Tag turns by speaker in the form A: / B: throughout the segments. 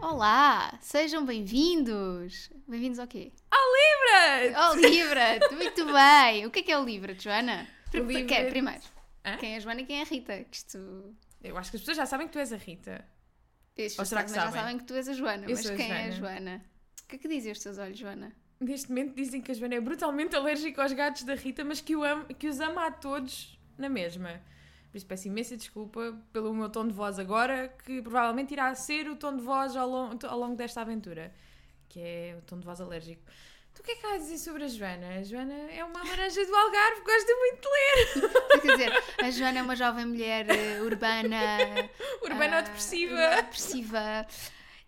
A: Olá, sejam bem-vindos. Bem-vindos ao quê?
B: Libra!
A: Ao Libra! Muito bem! O que é que é o Libra, Joana? Pri-
B: O Libra-
A: quem é, primeiro,
B: Hã?
A: quem é a Joana e quem é a Rita? Que isto...
B: Eu acho que as pessoas já sabem que tu és a Rita.
A: Estes
B: Ou será
A: também
B: que
A: já
B: sabem?
A: sabem que tu és a Joana,
B: Eu
A: mas
B: sou a
A: quem é a Joana? O que é que dizem os teus olhos, Joana?
B: Neste momento dizem que a Joana é brutalmente alérgica aos gatos da Rita, mas que, o am- que os ama a todos na mesma. Por isso peço imensa desculpa pelo meu tom de voz agora, que provavelmente irá ser o tom de voz ao, lon- ao longo desta aventura, que é o tom de voz alérgico. Tu o que é que há a dizer sobre a Joana? A Joana é uma laranja do Algarve, gosta muito de ler.
A: Quer dizer, a Joana é uma jovem mulher eh, urbana...
B: Urbana
A: ah,
B: ou depressiva.
A: urbana, depressiva.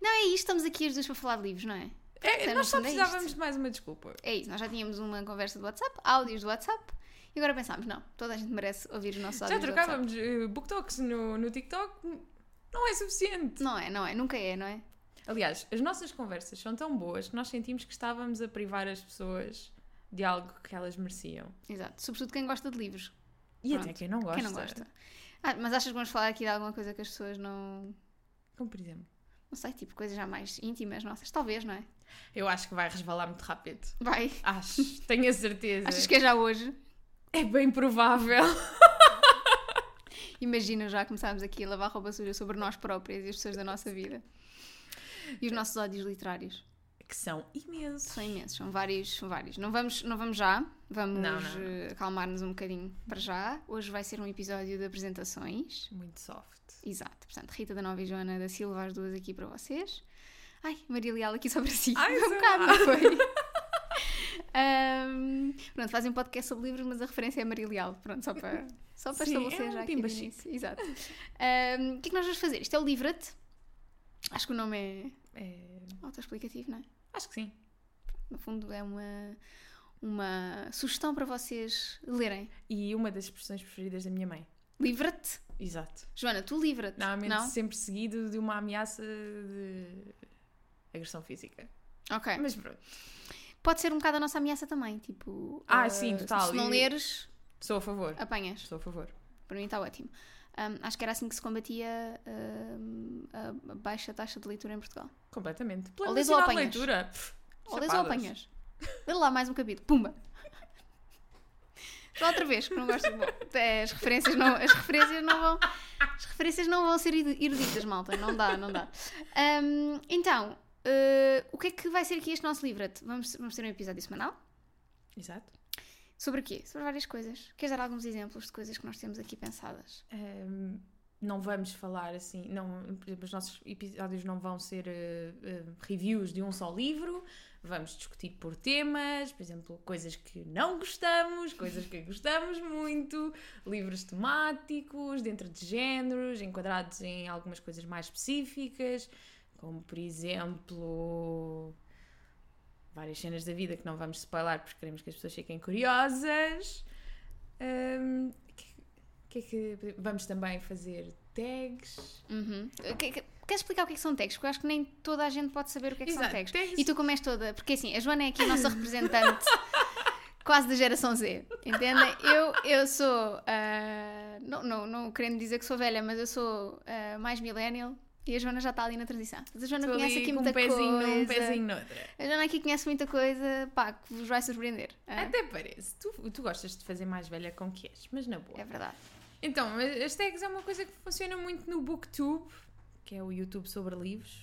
A: Não é isto, estamos aqui as duas para falar de livros, não é?
B: É,
A: Então,
B: nós só
A: no fundo é isto.
B: precisávamos de mais uma desculpa.
A: É isso, nós já tínhamos uma conversa do WhatsApp, áudios do WhatsApp, e agora pensámos, não, toda a gente merece ouvir os nossos
B: Já
A: áudios do WhatsApp.
B: trocávamos eh, booktoks no, no TikTok, não é suficiente.
A: Não é, não é, nunca é, não é?
B: Aliás, as nossas conversas são tão boas que nós sentimos que estávamos a privar as pessoas de algo que elas mereciam.
A: Exato, sobretudo quem gosta de livros,
B: E
A: Pronto.
B: até quem não gosta.
A: quem não gosta. Ah, mas achas que vamos falar aqui de alguma coisa que as pessoas não...
B: Como por exemplo.
A: Não sei, tipo coisas já mais íntimas nossas, talvez, não é?
B: Eu acho que vai resvalar muito rápido.
A: Vai,
B: Acho, tenho a certeza.
A: achas que é já hoje?
B: É bem provável.
A: Imagina, já começámos aqui a lavar roupa suja sobre nós próprias e as pessoas da nossa vida. E os nossos ódios literários.
B: Que são imensos.
A: São imensos, são vários, são vários. Não vamos, não vamos já, vamos
B: Não, não, não.
A: eh, acalmar-nos um bocadinho para já. Hoje vai ser um episódio de apresentações.
B: Muito soft.
A: Exato, portanto, Rita da Nova e Joana da Silva, as duas aqui para vocês. Ai, Maria Leal aqui só para si.
B: Ai,
A: um
B: sei
A: bocado,
B: lá.
A: não foi? Ahm, pronto, fazem um podcast sobre livros, mas a referência é Maria Leal. Pronto, só para, só para
B: Sim,
A: estabelecer
B: é um
A: já aqui
B: pimba
A: no
B: chique.
A: início. Exato. Ahm, o que é que nós vamos fazer? Isto é o Livra-te. Acho que o nome é
B: É,
A: autoexplicativo, não é?
B: Acho que sim.
A: No fundo, é uma, uma sugestão para vocês lerem.
B: E uma das expressões preferidas da minha mãe.
A: Livra-te.
B: Exato.
A: Joana, tu livra-te.
B: Normalmente
A: Não?
B: sempre seguido de uma ameaça de agressão física.
A: Ok.
B: Mas pronto.
A: Pode ser um bocado a nossa ameaça também, tipo.
B: Ah,
A: eh,
B: sim, total.
A: Se não
B: E-
A: leres,
B: Sou a favor.
A: apanhas.
B: Sou a favor.
A: Para mim está ótimo. Hum, acho que era assim que se combatia hum, a baixa taxa de leitura em Portugal.
B: Completamente. Plano
A: Ou lês ou
B: Nacional de
A: apanhas.
B: Leitura. Pff,
A: Ou lês ou
B: chapadas.
A: apanhas. Lê lá mais um capítulo. Pumba! Só outra vez, que não gosto de. Bom, é, as, referências não, as referências não vão. As referências não vão ser erud- eruditas, malta. Não dá, não dá. Hum, então, eh, o que é que vai ser aqui este nosso livro? Vamos, vamos ter um episódio semanal.
B: Exato.
A: Sobre o quê? Sobre várias coisas. Queres dar alguns exemplos de coisas que nós temos aqui pensadas?
B: Ahm, não vamos falar assim, não, por exemplo, os nossos episódios não vão ser eh, eh, reviews de um só livro, vamos discutir por temas, por exemplo, coisas que não gostamos, coisas que gostamos muito, livros temáticos, dentro de géneros, enquadrados em algumas coisas mais específicas, como por exemplo várias cenas da vida que não vamos spoiler porque queremos que as pessoas fiquem curiosas. Ahm, que é que pode- vamos também fazer tags?
A: Uhum. Que- que- Queres explicar o que é que são tags? Porque eu acho que nem toda a gente pode saber o que é que são
B: Exato,
A: tags.
B: tags.
A: E tu como és toda... Porque assim, a Joana é aqui a nossa representante quase da geração Z, entendem? Eu, eu sou... ah, não, não, não querendo dizer que sou velha, mas eu sou ah, mais millennial e a Joana já está ali na transição. Mas a Joana
B: Estou
A: conhece
B: ali
A: aqui
B: com
A: muita
B: um pezinho
A: coisa.
B: num, um pezinho noutra.
A: A Joana aqui conhece muita coisa, pá, que vos vai surpreender. Ah,
B: Até parece. Tu, tu gostas de fazer mais velha com que és, mas na boa.
A: é verdade.
B: Então, mas as tags é uma coisa que funciona muito no Booktube, que é o YouTube sobre livros.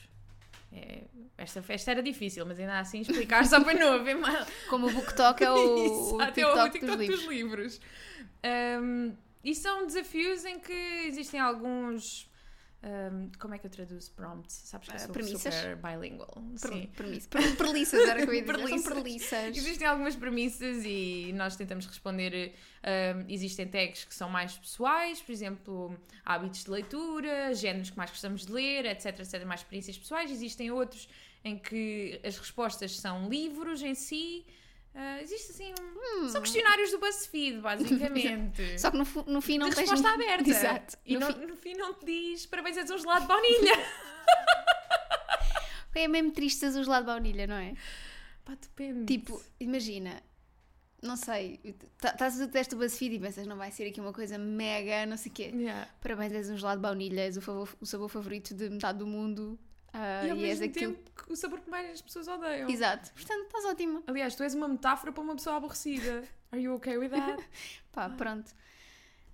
B: É, esta festa era difícil, mas ainda assim explicar só para não haver mal.
A: Como o BookTok é o, o
B: Exato, é
A: TikTok,
B: TikTok
A: dos livros.
B: dos livros. Ahm, e são desafios em que existem alguns. ahm, como é que eu traduzo prompts? Sabes que eu
A: Ah,
B: sou
A: premissas?
B: super bilingual.
A: Per-
B: Sim.
A: permisso. Per- perliças era o que eu ia dizer. São
B: Perliças.
A: perliças.
B: Existem algumas premissas e nós tentamos responder. ahm, existem tags que são mais pessoais, por exemplo, hábitos de leitura, géneros que mais gostamos de ler, etc, etc, mais experiências pessoais. Existem outros em que as respostas são livros em si. Ah, existe assim um...
A: Hum.
B: São questionários do BuzzFeed, basicamente.
A: Só que no, fu- no fim não
B: de
A: tens... um-
B: resposta aberta.
A: Exato.
B: E
A: No
B: não-
A: fim-
B: no fim não te diz parabéns a um gelado de baunilha.
A: É mesmo triste teres o gelado de baunilha, não é?
B: Pá, depende.
A: Tipo, imagina... Não sei, tá- estás a fazer o teste do BuzzFeed e pensas, não vai ser aqui uma coisa mega, não sei o quê.
B: Yeah.
A: Parabéns, és um gelado de baunilha, és o, favor- o sabor favorito de metade do mundo. Ah, ah,
B: e ao
A: e és
B: mesmo
A: aquilo.
B: tempo que o sabor que mais as pessoas odeiam.
A: Exato. Portanto, estás ótima.
B: Aliás, tu és uma metáfora para uma pessoa aborrecida. Are you okay with that?
A: Pá, pronto.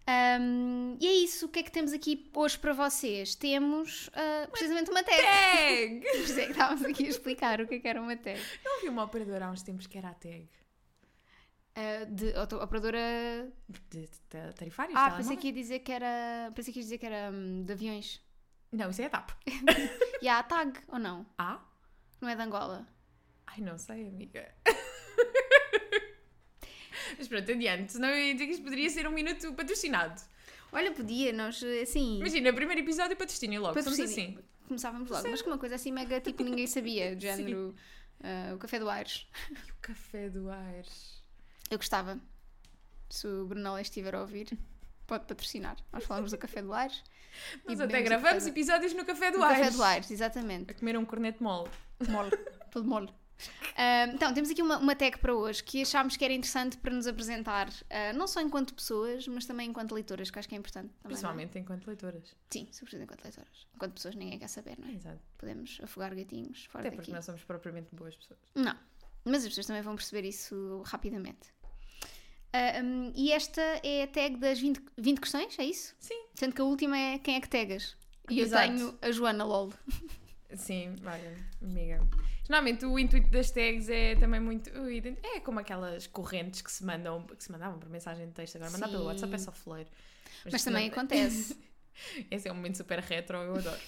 A: Ahm, e é isso. O que é que temos aqui hoje para vocês? Temos ah, precisamente uma tag.
B: Tag!
A: Por isso é que estávamos aqui a explicar o que é que era uma tag.
B: Não vi uma operadora há uns tempos que era a tag.
A: Ah, de auto- operadora.
B: De, de, de tarifários? tá, é?
A: Ah,
B: telemóveis?
A: pensei que ia dizer que era. Pensei que ia dizer que era hum, de aviões.
B: Não, isso é a TAP.
A: E há a tag, ou não?
B: Ah?
A: Não é de Angola?
B: Ai, não sei, amiga. Mas pronto, adiante. Senão eu ia dizer que isto poderia ser um minuto patrocinado.
A: Olha, podia, nós assim.
B: Imagina, primeiro episódio patrocínio logo.
A: Patrocínio.
B: Somos assim.
A: Começávamos logo, mas com uma coisa assim mega tipo ninguém sabia, de género ah, o Café do Aires.
B: E o café do Aires.
A: Eu gostava. Se o Brunel estiver a ouvir, pode patrocinar. Nós falamos do Café do Aires.
B: Nós
A: bebemos
B: até
A: o café
B: gravamos
A: do-
B: episódios no café do
A: do
B: Aires.
A: Café do Aires, exatamente.
B: A comer um corneto mole.
A: Mole, todo mole. Ah, então, temos aqui uma, uma tag para hoje que achámos que era interessante para nos apresentar, ah, não só enquanto pessoas, mas também enquanto leitoras, que acho que é importante. Também, não é?
B: Principalmente enquanto leitoras.
A: Sim, sobretudo enquanto leitoras. Enquanto pessoas, ninguém quer saber, não é?
B: Exato.
A: Podemos afogar gatinhos fora
B: Até
A: daqui.
B: porque não somos propriamente boas pessoas.
A: Não, mas as pessoas também vão perceber isso rapidamente. Ah, hum, e esta é a tag das 20, 20 questões, é isso?
B: Sim.
A: Sendo que a última é quem é que tagas. E eu
B: Exato.
A: tenho a Joana LOL.
B: Sim, olha, amiga. Geralmente o intuito das tags é também muito. ui, ident- É como aquelas correntes que se mandam, que se mandavam por mensagem de texto, agora mandar pelo
A: Sim.
B: WhatsApp é só fleiro.
A: Mas, também
B: não-
A: acontece.
B: Esse é um momento super retro, eu adoro.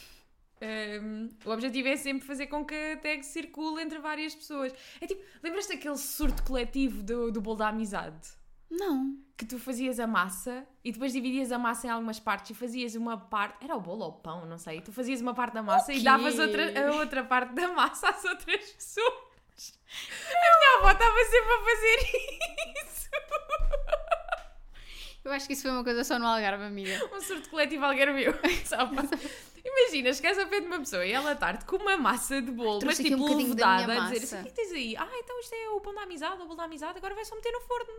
B: Um, o objetivo é sempre fazer com que a tag circule entre várias pessoas. É tipo, lembras-te daquele surto coletivo do, do bolo da amizade?
A: não.
B: Que tu fazias a massa e depois dividias a massa em algumas partes e fazias uma parte. Era o bolo ou o pão, não sei. Tu fazias uma parte da massa
A: quê?
B: e davas outra, a outra parte da massa às outras pessoas. A minha avó estava sempre a fazer isso.
A: Eu acho que isso foi uma coisa só no Algarve, amiga.
B: um surto coletivo algarvio. Só para- Imagina, chegares ao pé de uma pessoa e ela tarde com uma massa de bolo, mas
A: Trouxe aqui
B: tipo
A: um bocadinho da
B: levedada,
A: minha
B: a dizer assim: o
A: massa."
B: que tens aí? Ah, então isto é o pão da amizade, o bolo da amizade, agora vai só meter no forno.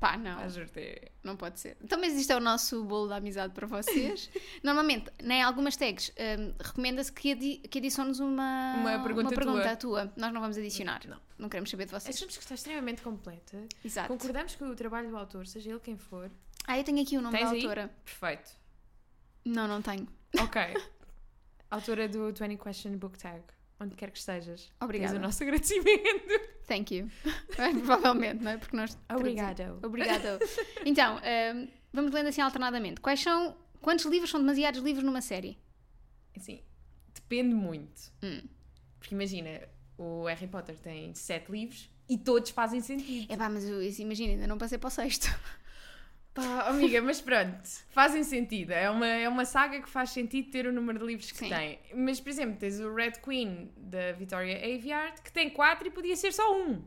A: Pá, não.
B: Ah, juro-te. é-
A: Não pode ser. Então, mas isto é o nosso bolo da amizade para vocês. Normalmente, em algumas tags, hum, recomenda-se que, adi que adicione-nos uma,
B: Uma pergunta
A: à tua. Nós não vamos adicionar.
B: Não.
A: Não queremos saber de vocês.
B: Achamos que está extremamente completa.
A: Exato.
B: Concordamos com o trabalho do autor, seja ele quem for.
A: Ah, eu tenho aqui o nome
B: Tens
A: da
B: aí?
A: autora.
B: Perfeito.
A: Não, não tenho.
B: Ok. Autora do 20 Question Book Tag, onde quer que estejas.
A: Obrigada.
B: Tens o nosso agradecimento.
A: Thank you. Provavelmente, não é? Porque nós.
B: Obrigado.
A: traduzimos. Obrigado. Então, hum, vamos lendo assim alternadamente. Quais são. Quantos livros são demasiados livros numa série?
B: Assim, depende muito.
A: Hum.
B: Porque imagina, o Harry Potter tem sete livros e todos fazem sentido.
A: É pá, mas eu- imagina, ainda não passei para o sexto.
B: Pá, amiga, mas pronto, fazem sentido. É uma, é uma saga que faz sentido ter o número de livros que
A: Sim.
B: tem. Mas, por exemplo, tens o Red Queen da Victoria Aveyard, que tem quatro e podia ser só um.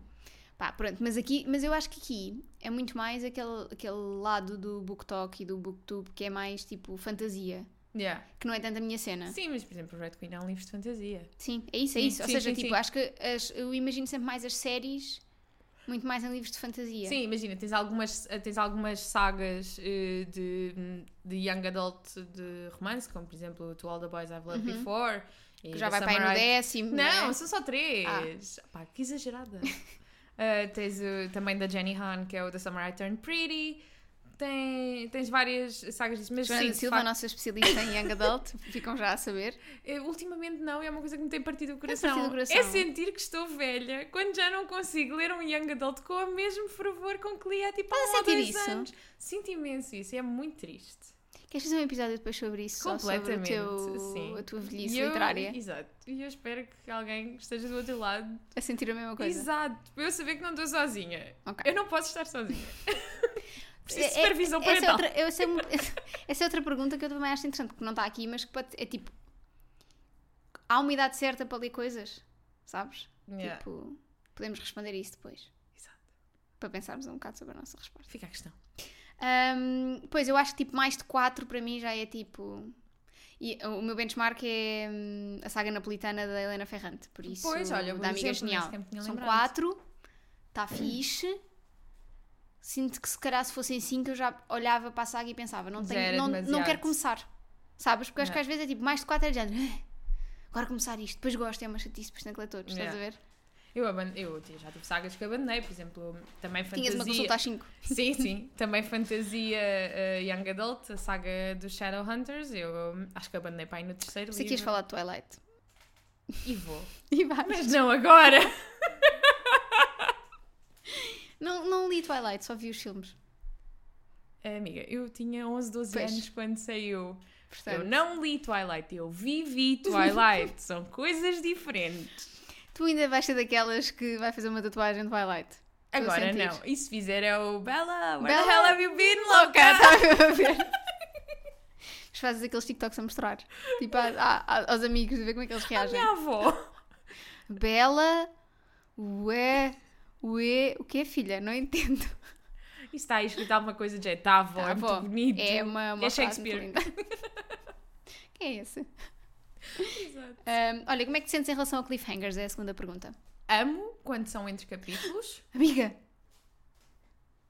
A: Pá, pronto, mas aqui, mas eu acho que aqui é muito mais aquele, aquele lado do BookTok e do BookTube que é mais tipo fantasia,
B: Yeah.
A: que não é tanto a minha cena. Sim,
B: Sim, mas, por exemplo, o Red Queen é um livro de fantasia.
A: é isso, é
B: Sim,
A: isso. Ou
B: sim,
A: seja,
B: sim,
A: tipo,
B: sim.
A: acho que as- eu imagino sempre mais as séries, muito mais em livros de fantasia.
B: Sim, imagina, tens algumas, tens algumas sagas eh, de, de young adult de romance, como, por exemplo, To All the Boys I've Loved Before. e
A: Uhum. Que já
B: The
A: vai para aí no
B: Samurai
A: décimo.
B: Não,
A: é? Ah.
B: são só três. Pá, que exagerada. Uh, tens o, também da Jenny Han, que é o da Samurai Turn Pretty. Tem, tens várias sagas disso, mas
A: Joana
B: sim,
A: da
B: de
A: Silva, a
B: facto,
A: nossa especialista em Young Adult, ficam já a saber.
B: eh, ultimamente não, é uma coisa que me tem partido o coração.
A: partido o coração.
B: É sentir que estou velha quando já não consigo ler um Young Adult com o mesmo fervor com que lia tipo, há um ou
A: sentir
B: dois
A: isso?
B: anos. Sinto imenso isso, e é muito triste.
A: Queres fazer um episódio depois sobre isso? só sobre o
B: Completamente,
A: teu-
B: sim.
A: a tua velhice
B: E eu-
A: literária?
B: Exato. E eu espero que alguém esteja do outro lado.
A: A sentir a mesma coisa.
B: Exato, para eu saber que não estou sozinha.
A: Ok.
B: Eu não posso estar sozinha. Preciso de
A: É- é-
B: supervisão
A: essa é,
B: parental.
A: outra, eu- essa, é uma- essa é outra pergunta que eu também acho interessante, que não está aqui, mas que pode- é tipo: há uma idade certa para ler coisas, sabes?
B: Yeah.
A: Tipo, podemos responder isso depois,
B: Exato.
A: para pensarmos um bocado sobre a nossa resposta.
B: Fica a questão.
A: Ahm, pois eu acho que tipo, mais de 4 para mim já é tipo. E o meu benchmark é hum, a saga napolitana da Helena Ferrante, por isso,
B: Pois, olha, bom
A: da amiga
B: exemplo,
A: genial.
B: nesse tempo tinha
A: São
B: lembrado.
A: 4, está fixe. Sinto que se calhar se fossem 5 eu já olhava para a saga e pensava, não,
B: Já
A: tenho,
B: era
A: não, não
B: demasiado.
A: quero começar, sabes? Porque acho que
B: Não.
A: às vezes é tipo mais de 4 é de género. "Ah, agora começar isto, depois gosto, é uma chatice, depois tem que ler todos, estás a
B: Yeah.
A: ver?
B: Eu, aban- eu já tive sagas que abandonei, por exemplo, também fantasia.
A: Tinhas uma consulta às 5.
B: Sim, sim. Também fantasia eh, Young Adult, a saga dos Shadowhunters. Eu hum, acho que abandonei para aí no terceiro
A: Você
B: livro.
A: quis falar de Twilight.
B: E vou.
A: E vai.
B: Mas não agora!
A: Não, não li Twilight, só vi os filmes.
B: Eh, Amiga, eu tinha 11, 12
A: Pois.
B: anos quando saiu.
A: Portanto,
B: Eu não li Twilight, eu vivi Twilight. São coisas diferentes.
A: tu ainda vais ser daquelas que vai fazer uma tatuagem de Twilight. a
B: Agora
A: sentir.
B: não. E se fizer é o Bella, where the
A: Bella. Tá
B: hell have you been, louca?
A: Estava a ver. Mas fazes aqueles TikToks a mostrar. Tipo, a- a- a- aos amigos, a ver como é que eles reagem.
B: Minha avó.
A: Bela, ué, ué, o que é filha? Não entendo.
B: E está aí escrito alguma coisa de jeito. Tá, avó,
A: Tá,
B: é muito
A: avó.
B: bonito.
A: É uma, uma
B: É
A: frase muito
B: Shakespeare.
A: linda. Quem é esse?
B: Exato.
A: Ahm, olha, como é que te sentes em relação a cliffhangers? É a segunda pergunta.
B: Amo quando são entre capítulos.
A: Amiga,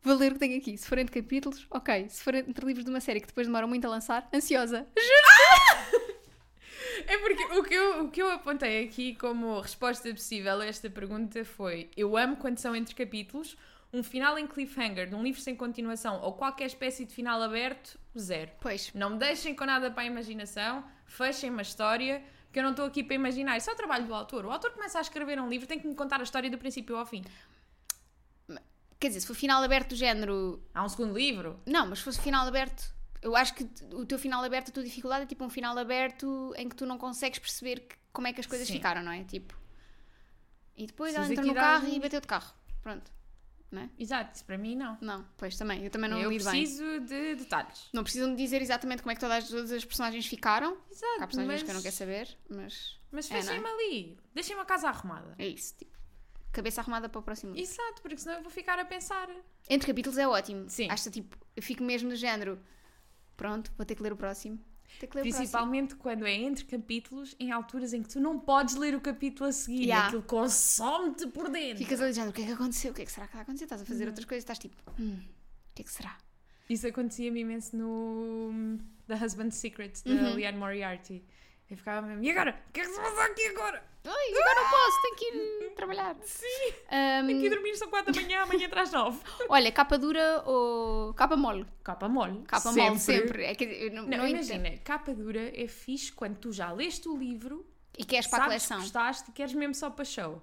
A: vou ler o que tenho aqui. Se for entre capítulos, ok. Se for entre livros de uma série que depois demora muito a lançar, ansiosa.
B: É porque o que, eu, o que eu apontei aqui como resposta possível a esta pergunta foi: eu amo quando são entre capítulos, um final em cliffhanger de um livro sem continuação ou qualquer espécie de final aberto, zero.
A: Pois,
B: Não me deixem com nada para a imaginação, fechem uma história que eu não estou aqui para imaginar. Isso é o trabalho do autor. O autor começa a escrever um livro, tem que me contar a história do princípio ao fim.
A: quer dizer, se for final aberto do género...
B: Há um segundo livro.
A: Não, mas se fosse final aberto... Eu acho que t- o teu final aberto, a tua dificuldade é tipo um final aberto em que tu não consegues perceber que- como é que as coisas
B: Sim.
A: ficaram, não é? Tipo... E depois ela
B: Precisas
A: entrou
B: aqui
A: no
B: de
A: carro
B: algum-
A: e bateu de carro. Pronto.
B: Exato, isso para mim não.
A: Não, pois também. Eu também não
B: eu
A: li bem.
B: preciso de detalhes.
A: Não precisam de dizer exatamente como é que todas as, todas as personagens ficaram. Há
B: Exato,
A: personagens
B: mas,
A: que eu não quero saber, mas
B: mas
A: É, não é?
B: fechem-me ali. Deixem-me a casa arrumada.
A: é isso. Tipo, cabeça arrumada para o próximo livro.
B: Exato, porque senão eu vou ficar a pensar.
A: Entre capítulos é ótimo.
B: Sim.
A: Acho que tipo, eu fico mesmo do género. Pronto, vou ter que ler o próximo. Vou ter que ler o próximo.
B: Principalmente quando é entre capítulos, em alturas em que tu não podes ler o capítulo a seguir.
A: Yeah.
B: Aquilo consome-te por dentro.
A: Ficas ali do género, o que é que aconteceu? O que é que será que está a acontecer? Estás a
B: Uhum.
A: fazer outras coisas, estás tipo, hum, o que é que será?
B: Isso acontecia-me imenso no hum, The Husband's Secrets, da
A: Uhum.
B: Leanne Moriarty. Eu ficava mesmo, e agora? O que é que se passa aqui agora?
A: Ai, agora não posso, tenho que ir trabalhar.
B: Sim,
A: Ahm,
B: tenho que ir dormir, são quatro da manhã, amanhã traz nove.
A: olha, capa dura ou capa mole?
B: Capa mole.
A: Capa mole, sempre. É que eu não,
B: Não,
A: não entendo.
B: imagina, capa dura é fixe quando tu já leste o livro,
A: E queres para a
B: sabes que
A: coleção.
B: gostaste e queres mesmo só para show.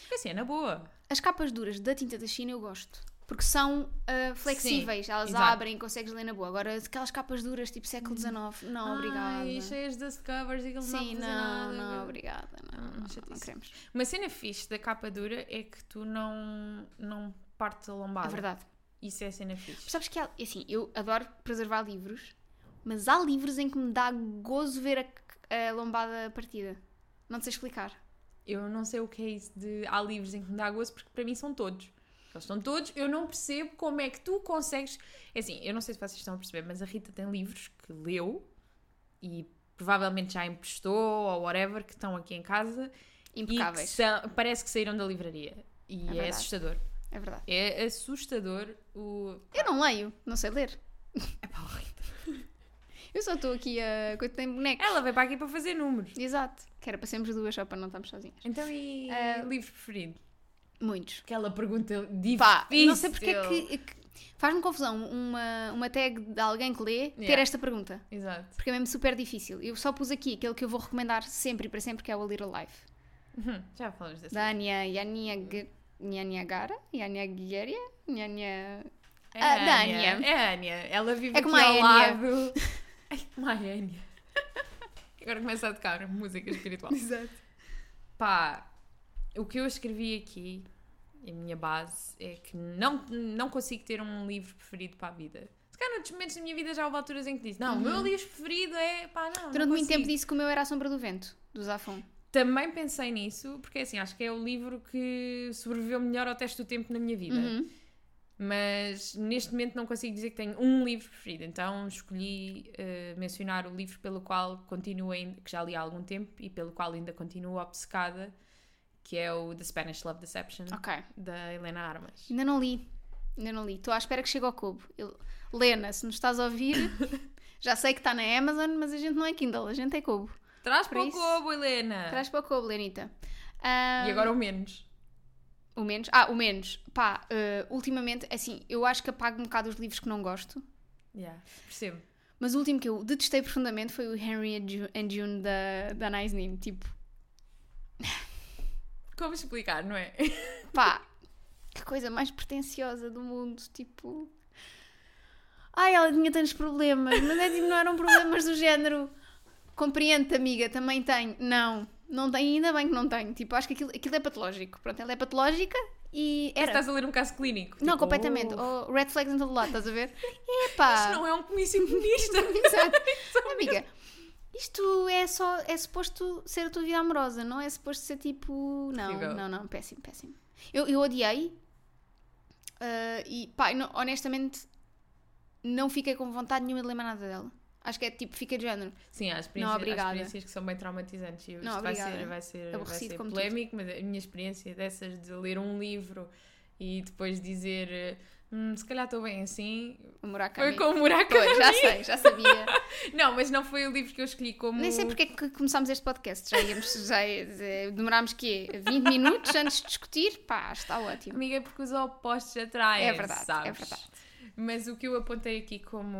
B: Porque assim, é na boa.
A: As capas duras da tinta da China eu gosto. Porque são ah, flexíveis, elas
B: exato.
A: abrem, consegues ler na boa. Agora, aquelas capas duras tipo século XIX, não, obrigada.
B: Hum. Ai, é cheias de covers e que eles
A: Sim,
B: não fazem
A: não,
B: nada.
A: não, obrigada. Não,
B: Ah,
A: não, não,
B: chatice.
A: queremos. É
B: Uma cena fixe da capa dura é que tu não, não partes a
A: É
B: lombada.
A: verdade.
B: Isso é cena fixe.
A: Sabes que há, assim, eu adoro preservar livros, mas há livros em que me dá gozo ver a, a lombada partida. Não sei explicar.
B: Eu não sei o que é isso de há livros em que me dá gozo, porque para mim são todos. Eles são todos, eu não percebo como é que tu consegues. É assim, eu não sei se vocês estão a perceber, mas a Rita tem livros que leu e provavelmente já emprestou ou whatever, que estão aqui em casa e que
A: Impecáveis.
B: são- parece que saíram da livraria.
A: É
B: E é
A: verdade.
B: assustador.
A: É verdade.
B: É assustador o.
A: Eu não leio, não sei ler.
B: Epá, o Rita.
A: Eu só estou aqui a. Quando tem bonecos.
B: Ela veio para aqui para fazer números.
A: Exato. Que era para sermos duas só para não estarmos sozinhas.
B: Então, e
A: Ah,
B: livro preferido?
A: Muitos.
B: Aquela pergunta difícil.
A: Pá, não sei porque é que. que- Faz-me confusão uma, uma tag de alguém que lê ter
B: Yeah.
A: esta pergunta.
B: Exato.
A: Porque é mesmo super difícil. Eu só pus aqui aquele que eu vou recomendar sempre e para sempre, que é o A Little Life.
B: Uhum, Já falamos dessa.
A: Da Ania Yaniagara? Yaniagueria? Yania.
B: É
A: Ah, da Ania.
B: É a Ania. Ela vive
A: É
B: aqui
A: como a
B: ao
A: Ania.
B: lado. Ai, como a Ania. Agora começa a tocar música espiritual.
A: Exato.
B: Pá, o que eu escrevi aqui, a minha base, é que não, não consigo ter um livro preferido para a vida. Se calhar noutros momentos da minha vida já houve alturas em que disse, não, o meu livro preferido é, pá, não,
A: Uhum. Durante
B: não
A: muito tempo
B: consigo."
A: disse que o meu era A Sombra do Vento, do Zafon.
B: Também pensei nisso, porque assim, acho que é o livro que sobreviveu melhor ao teste do tempo na minha vida.
A: Uhum.
B: Mas neste momento não consigo dizer que tenho um livro preferido, então escolhi eh, mencionar o livro pelo qual continuo, ainda, que já li há algum tempo e pelo qual ainda continuo obcecada, que é o The Spanish Love Deception,
A: Ok.
B: da Helena Armas.
A: Ainda não li. Ainda não li. Estou à espera que chegue ao cubo. Eu- tá Lena, se nos estás a ouvir, já sei que está na Amazon, mas a gente não é Kindle, a gente é cubo.
B: Traz
A: Por
B: para o
A: isso-
B: cobo, Helena.
A: Traz para o cobo, Lenita.
B: Ah. E agora o menos.
A: O menos? Ah, o menos. Pá, eh, ultimamente, assim, eu acho que apago um bocado os livros que não gosto.
B: Yeah, percebo.
A: Mas o último que eu detestei profundamente foi o Henry and Ju- and June da, da Naisnin. Tipo,
B: Como explicar, não é?
A: pá, que coisa mais pretenciosa do mundo. Tipo, ai, ela tinha tantos problemas, mas é, tipo, não eram problemas do género. Compreende, amiga, também tenho. Não, não tenho, ainda bem que não tenho. Tipo, acho que aquilo, aquilo é patológico. Pronto, ela é patológica e era.
B: Estás a ler um caso clínico.
A: Não,
B: tipo,
A: completamente.
B: "Oh,
A: Oh, red flags em todo lado, estás a ver? Epá!
B: Isto não é um comício comunista.
A: Exato. Amiga, isto é só. É suposto ser a tua vida amorosa, não é suposto ser tipo. Não,
B: Horrível.
A: não, não, péssimo, péssimo. Eu, eu odiei ah, e, pá, eu não- honestamente, não fiquei com vontade nenhuma de lembrar nada dela. Acho que é tipo, fica de género.
B: Sim, há experiências,
A: Não,
B: há
A: obrigada.
B: experiências que são bem traumatizantes. e Isto
A: Não,
B: vai
A: obrigada.
B: ser, vai ser, vai
A: Aborrecido
B: ser
A: como
B: polémico, mas a minha experiência dessas de ler um livro e depois dizer eh, "Hum, se calhar estou bem assim,
A: O Murakami.
B: foi com o buraco.
A: Pois, já sei, já sabia.
B: Não, mas não foi o livro que eu escolhi como.
A: Nem sei porque é que começámos este podcast. Já íamos, já eh, demorámos quê? 20 minutos antes de discutir? Pá, está ótimo.
B: Amiga, é porque os opostos atraem.
A: É verdade,
B: sabes?
A: é verdade.
B: Mas o que eu apontei aqui como,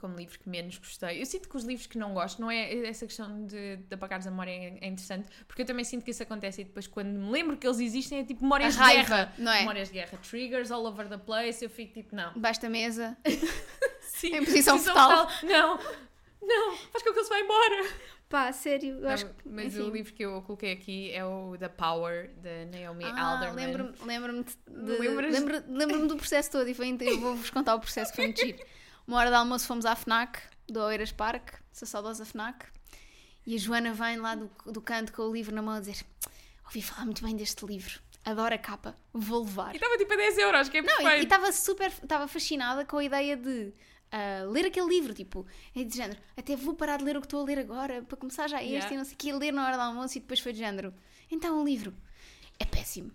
B: como livro que menos gostei, eu sinto que os livros que não gosto, não é essa questão de, de apagares a memória é é interessante, porque eu também sinto que isso acontece e depois quando me lembro que eles existem é tipo memórias
A: A raiva,
B: de guerra.
A: não é?
B: Memórias de guerra, triggers all over the place, eu fico tipo, não.
A: Debaixo da mesa.
B: Sim,
A: Em é posição fetal.
B: Não, não, faz com que ele se vá embora.
A: Pá, sério, eu
B: Não,
A: acho que.
B: mas
A: enfim.
B: o livro que eu coloquei aqui é o The Power, da Naomi
A: Ah,
B: Alderman.
A: lembro-me lembro-me de- de-
B: Lembras?
A: lembro- lembro-me do processo todo e foi, inte- eu vou-vos contar o processo que foi muito giro. Uma hora de almoço fomos à FNAC, do Oeiras Park, sou saudosa FNAC, e a Joana vem lá do, do canto com o livro na mão a dizer ouvi falar muito bem deste livro, adoro a capa, vou levar.
B: E estava tipo a 10 euros, que é
A: Não, e- e
B: perfeito.
A: estava super, estava fascinada com a ideia de ah, ler aquele livro, tipo, é de género, até vou parar de ler o que estou a ler agora, para começar já este
B: Yeah.
A: e não sei o que, ler na hora do almoço e depois foi de género. Então o livro é péssimo.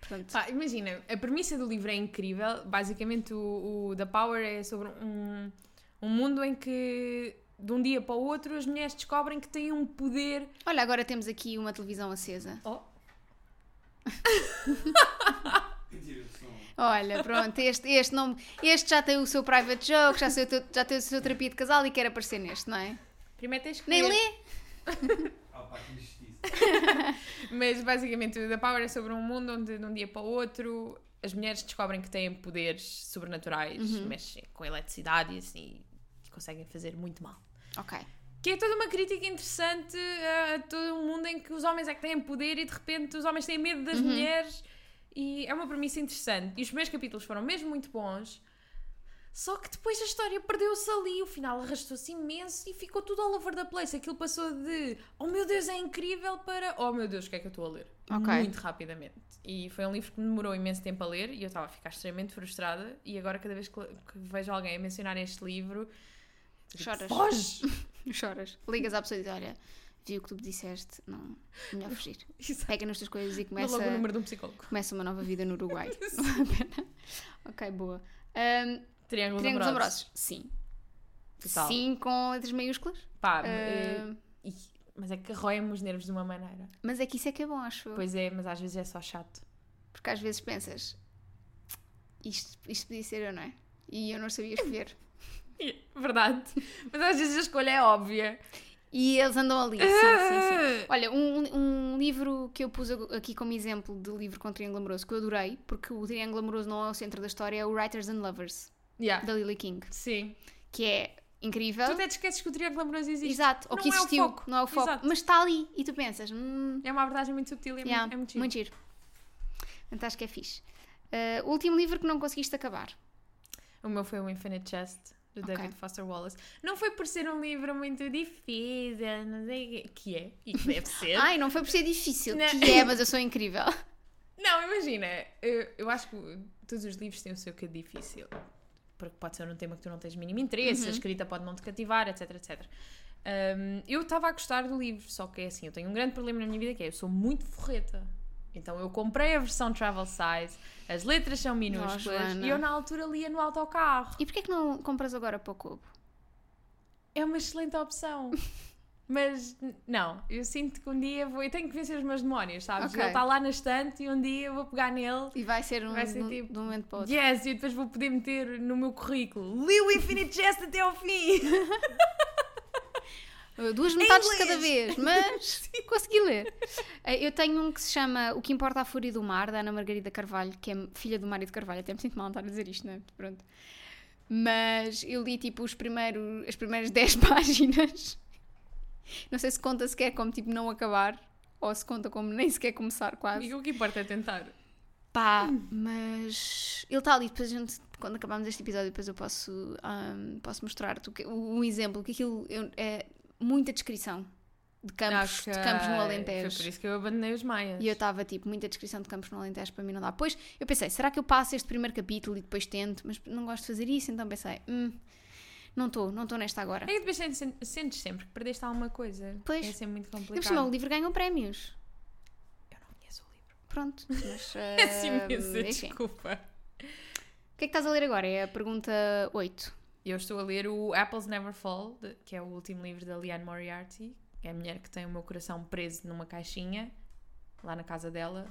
A: Portanto,
B: Pá, imagina, a premissa do livro é incrível. Basicamente, o, o The Power é sobre um, um mundo em que, de um dia para o outro, as mulheres descobrem que têm um poder.
A: olha, agora temos aqui uma televisão acesa.
B: Oh,
C: Mentira, são.
A: Olha, pronto, este, este, não, este já tem o seu private joke, já, tem o teu- já tem o seu terapia de casal e quer aparecer neste, não é?
B: primeiro tens que
A: Nem
B: ler.
A: lê?
C: Ah, pá, que injustiça.
B: Mas basicamente, o The Power é sobre um mundo onde, de um dia para o outro, as mulheres descobrem que têm poderes sobrenaturais, mas com eletricidade e assim, e conseguem fazer muito mal.
A: Ok.
B: Que é toda uma crítica interessante a todo um mundo em que os homens é que têm poder e de repente os homens têm medo
A: Uhum.
B: das mulheres. E é uma premissa interessante. E os primeiros capítulos foram mesmo muito bons. Só que depois a história perdeu-se ali, o final arrastou-se imenso e ficou tudo all over the place. Aquilo passou de oh meu Deus, é incrível para oh meu Deus, o que é que eu estou a ler?
A: Ok.
B: Muito rapidamente. E foi um livro que me demorou imenso tempo a ler e eu estava a ficar extremamente frustrada. E agora, cada vez que, que vejo alguém a mencionar este livro, digo,
A: Choras.
B: Foge!
A: Choras. Ligas à pessoa e dizes, olha, vi o que tu me disseste, não, melhor fugir.
B: Exato.
A: Pega nas tuas coisas e
B: Mas
A: começa...
B: logo o número de um psicólogo.
A: Começa uma nova vida no Uruguai. Não vale a pena. ok, boa. Ahm,
B: Triângulos,
A: triângulos
B: amorosos.
A: amorosos. Sim.
B: Total. Ah.
A: Sim, com letras maiúsculas.
B: Pá,
A: Ahm,
B: eh, ih, mas é que roem-me os nervos de uma maneira.
A: mas é que isso é que é bom, acho eu.
B: Pois é, mas às vezes é só chato.
A: Porque às vezes pensas, isto, isto podia ser eu, não é? E eu não sabia escolher.
B: Ih, É, Verdade. Mas às vezes a escolha é óbvia.
A: E eles andam ali. Sim,
B: É,
A: sim, sim. Olha, um, um livro que eu pus ag- aqui como exemplo de livro com triângulo amoroso que eu adorei, porque o triângulo amoroso não é o centro da história, é o Writers and Lovers,
B: Yeah. Ah.
A: da Lily King,
B: Sim.
A: que é incrível.
B: Tu até te esqueces que o triângulo amoroso existe.
A: Exato, ou
B: Não
A: que
B: é o
A: existiu,
B: foco.
A: não é o foco,
B: Exato.
A: mas está ali e tu pensas, hum,
B: É uma abordagem muito subtil e é
A: yeah,
B: muito, é muito giro.
A: muito giro. Portanto, acho que é fixe. Uh, o último livro que não conseguiste acabar.
B: O meu foi o Infinite Jest, do
A: Ok.
B: David Foster Wallace. Não foi por ser um livro muito difícil, não sei o quê. que é, e que deve ser.
A: Ai, não foi por ser difícil,
B: Não.
A: que é, mas eu sou incrível.
B: Não, imagina, eu, eu acho que todos os livros têm o seu que é difícil. Porque pode ser um tema que tu não tens mínimo interesse,
A: Uhum.
B: a escrita pode não te cativar, etc, etc. Hum, eu estava a gostar do livro, só que é assim, eu tenho um grande problema na minha vida que é, eu sou muito forreta. Então eu comprei a versão travel size, as letras são minúsculas
A: Joana.
B: e eu na altura lia no autocarro.
A: E porquê que não compras agora para o Cubo?
B: É uma excelente opção. Mas n- não, eu sinto que um dia vou. Eu tenho que vencer os meus demónios, sabes?
A: Ok.
B: Ele está lá na estante e um dia eu vou pegar nele.
A: E vai ser um,
B: Vai ser
A: de um-
B: tipo-
A: de um momento para o outro.
B: Yes, e depois vou poder meter no meu currículo. Li o Infinite Jest até ao fim!
A: Uh, Duas metades de
B: inglês.
A: cada vez, mas consegui ler. Uh, Eu tenho um que se chama O que importa a fúria do mar, da Ana Margarida Carvalho, que é filha do Mário de Carvalho. Até me sinto mal estar a dizer isto, não é? Pronto. Mas eu li tipo os primeiros, as primeiras 10 páginas. Não sei se conta sequer como tipo não acabar ou se conta como nem sequer começar quase.
B: E o que importa é tentar.
A: Pá,
B: Hum.
A: mas ele está ali, depois a gente, quando acabarmos este episódio, depois eu posso, ahm, posso mostrar-te o que- um exemplo, que aquilo eu- é muita descrição de campos, de campos no
B: Ok, Foi por
A: Alentejo.
B: isso que eu abandonei os maias.
A: E eu estava tipo, muita descrição de campos no Alentejo para mim não dá. Pois eu pensei, será que eu passo este primeiro capítulo e depois tento? Mas não gosto de fazer isso, então pensei, hum, não estou, não estou nesta agora.
B: É que depois sen- sen- sentes sempre que perdeste alguma coisa.
A: Pois.
B: É sempre muito
A: Depois chamar o
B: complicado.
A: livro ganham prémios.
B: Eu não conheço o livro.
A: Pronto, mas.
B: Peço
A: ahm,
B: imensa
A: enfim.
B: É assim, desculpa.
A: O que é que estás a ler agora? É a pergunta 8.
B: Eu estou a ler o Apples Never Fall, de- que é o último livro da Liane Moriarty, que é a mulher que tem o meu coração preso numa caixinha, lá na casa dela.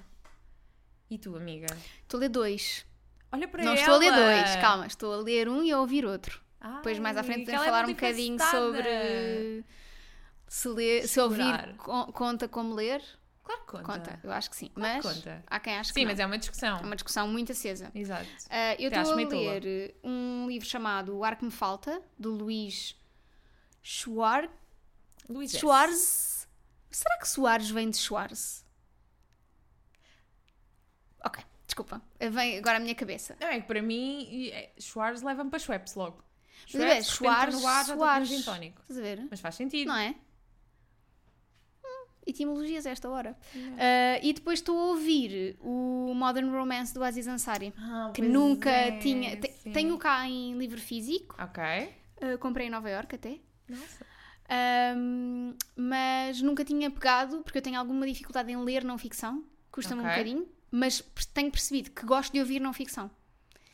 B: E tu, amiga?
A: Estou a ler 2.
B: Olha para
A: Não
B: ela!
A: estou a ler dois, calma, estou a ler um e a ouvir outro.
B: Ai,
A: Depois mais à frente
B: que ela
A: podemos
B: é
A: falar um bocadinho
B: multifacetada.
A: sobre se, ler, se ouvir
B: Explorar.
A: co- conta como ler.
B: Claro que conta.
A: Conta, eu acho que sim. Mas
B: que conta.
A: há quem ache que
B: Sim,
A: não.
B: mas é uma discussão.
A: é uma discussão muito acesa.
B: Exato.
A: Ah, eu
B: Até acho
A: estou a
B: meio tola.
A: ler um livro chamado O Ar que Me Falta, do Luís Schwar...
B: Luís S.
A: Schwarz. Será que Soares vem de Schwarz? Ok, desculpa. Vem agora à minha cabeça.
B: Não, é que para mim, e- é- Schwarz leva-me para Schweppes logo.
A: Mas é
B: Schweppes,
A: Schwarz,
B: Schwarz, no ar, já estou com um
A: Schwarz.
B: gin tónico.
A: Estás a ver?
B: Mas faz sentido.
A: Não é? Hum, Etimologias a esta hora. Ah, e depois estou a ouvir o Modern Romance do Aziz Ansari,
B: Ah,
A: que
B: pois
A: nunca
B: é,
A: tinha. te-
B: sim.
A: Tenho cá em livro físico,
B: Ok.
A: ah, comprei em Nova Iorque até.
B: Nossa.
A: Ahm, mas nunca tinha pegado, porque eu tenho alguma dificuldade em ler não ficção, custa-me um
B: Ok.
A: bocadinho, mas per- tenho percebido que gosto de ouvir não ficção.